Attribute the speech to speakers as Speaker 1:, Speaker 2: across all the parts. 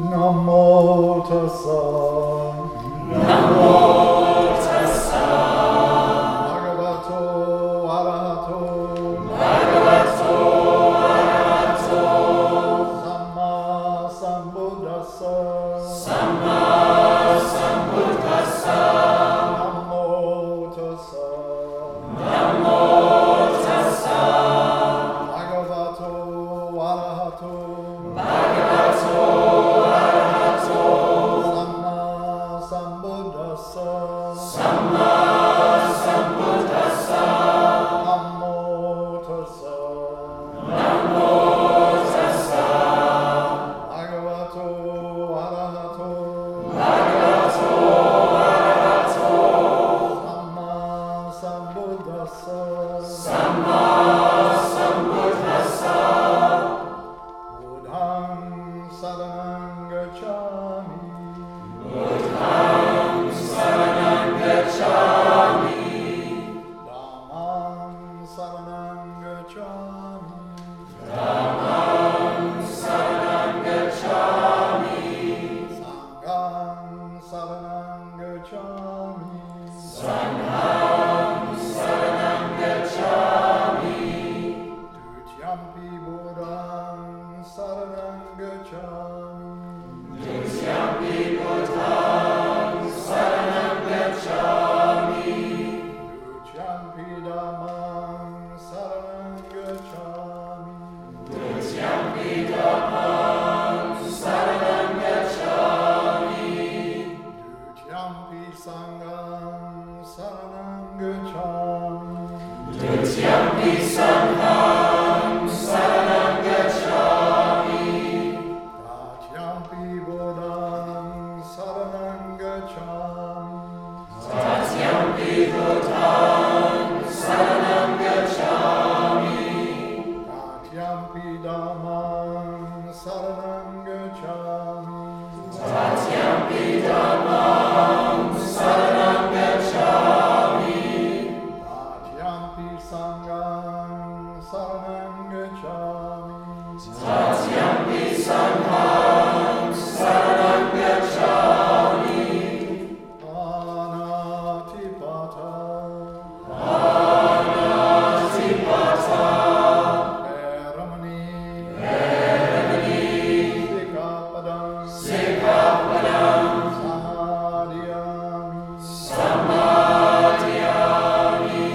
Speaker 1: Namo tassa. Bhagavato arahato. Samma sambuddhassa. Namo tassa. Bhagavato arahato. Samma sambuddhassa. Namo tassa. Bhagavato arahato. Samma sambuddhassa. Buddhang saranang gacchami. Dhammam saranam gacchami. Dhammam saranam gacchami. Sangham saranam gacchami. Dutyampi buddham saranam gacchami. Dutyampi dhammam saranam gacchami. Dutyampi Sangam Saranam Gacchami. Dutyampi Sangam Saranam Gacchami. Tatyampi Bodham Saranam Gacchami. Tatyampi Dhammam Saranam Gacchami. Tatyampi Sangam Saranam Gacchami. Tatyampi Sangam Saranam Gacchami. Anatipata. Anatipata. Eramani. Eramani. Sikapadam. Sikapadam. Samadhyami.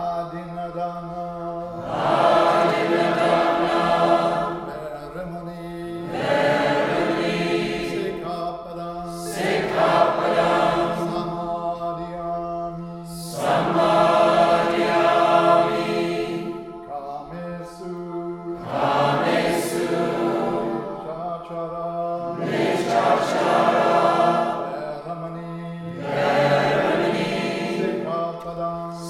Speaker 1: Adinadana. Adinadana. Veramani. Sikapadam. Samadhyami. Kamesu. Nishachara. Veramani.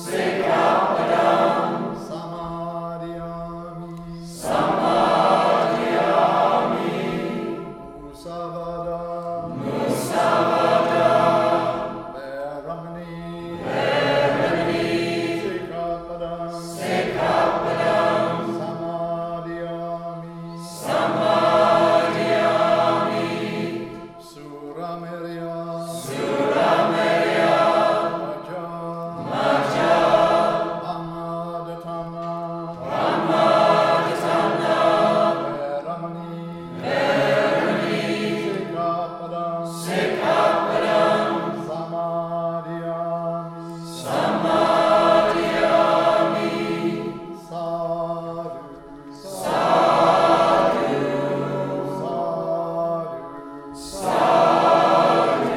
Speaker 1: Sikapadam. Samadhyami. Musavada. Veramani. Sikapadam. Samadhyami. Suramerya. Maja. Amadatana. Veramani. Sikapadam. Samadhiyami. Sadhu. Sadhu. Sadhu.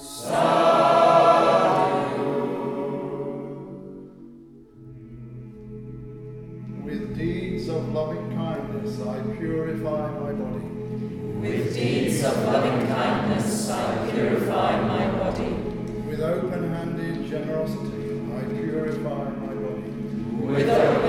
Speaker 1: Sadhu. With deeds of loving kindness I purify my body,
Speaker 2: With deeds of loving kindness I purify my body.
Speaker 1: with open handed generosity I purify my body,
Speaker 2: With open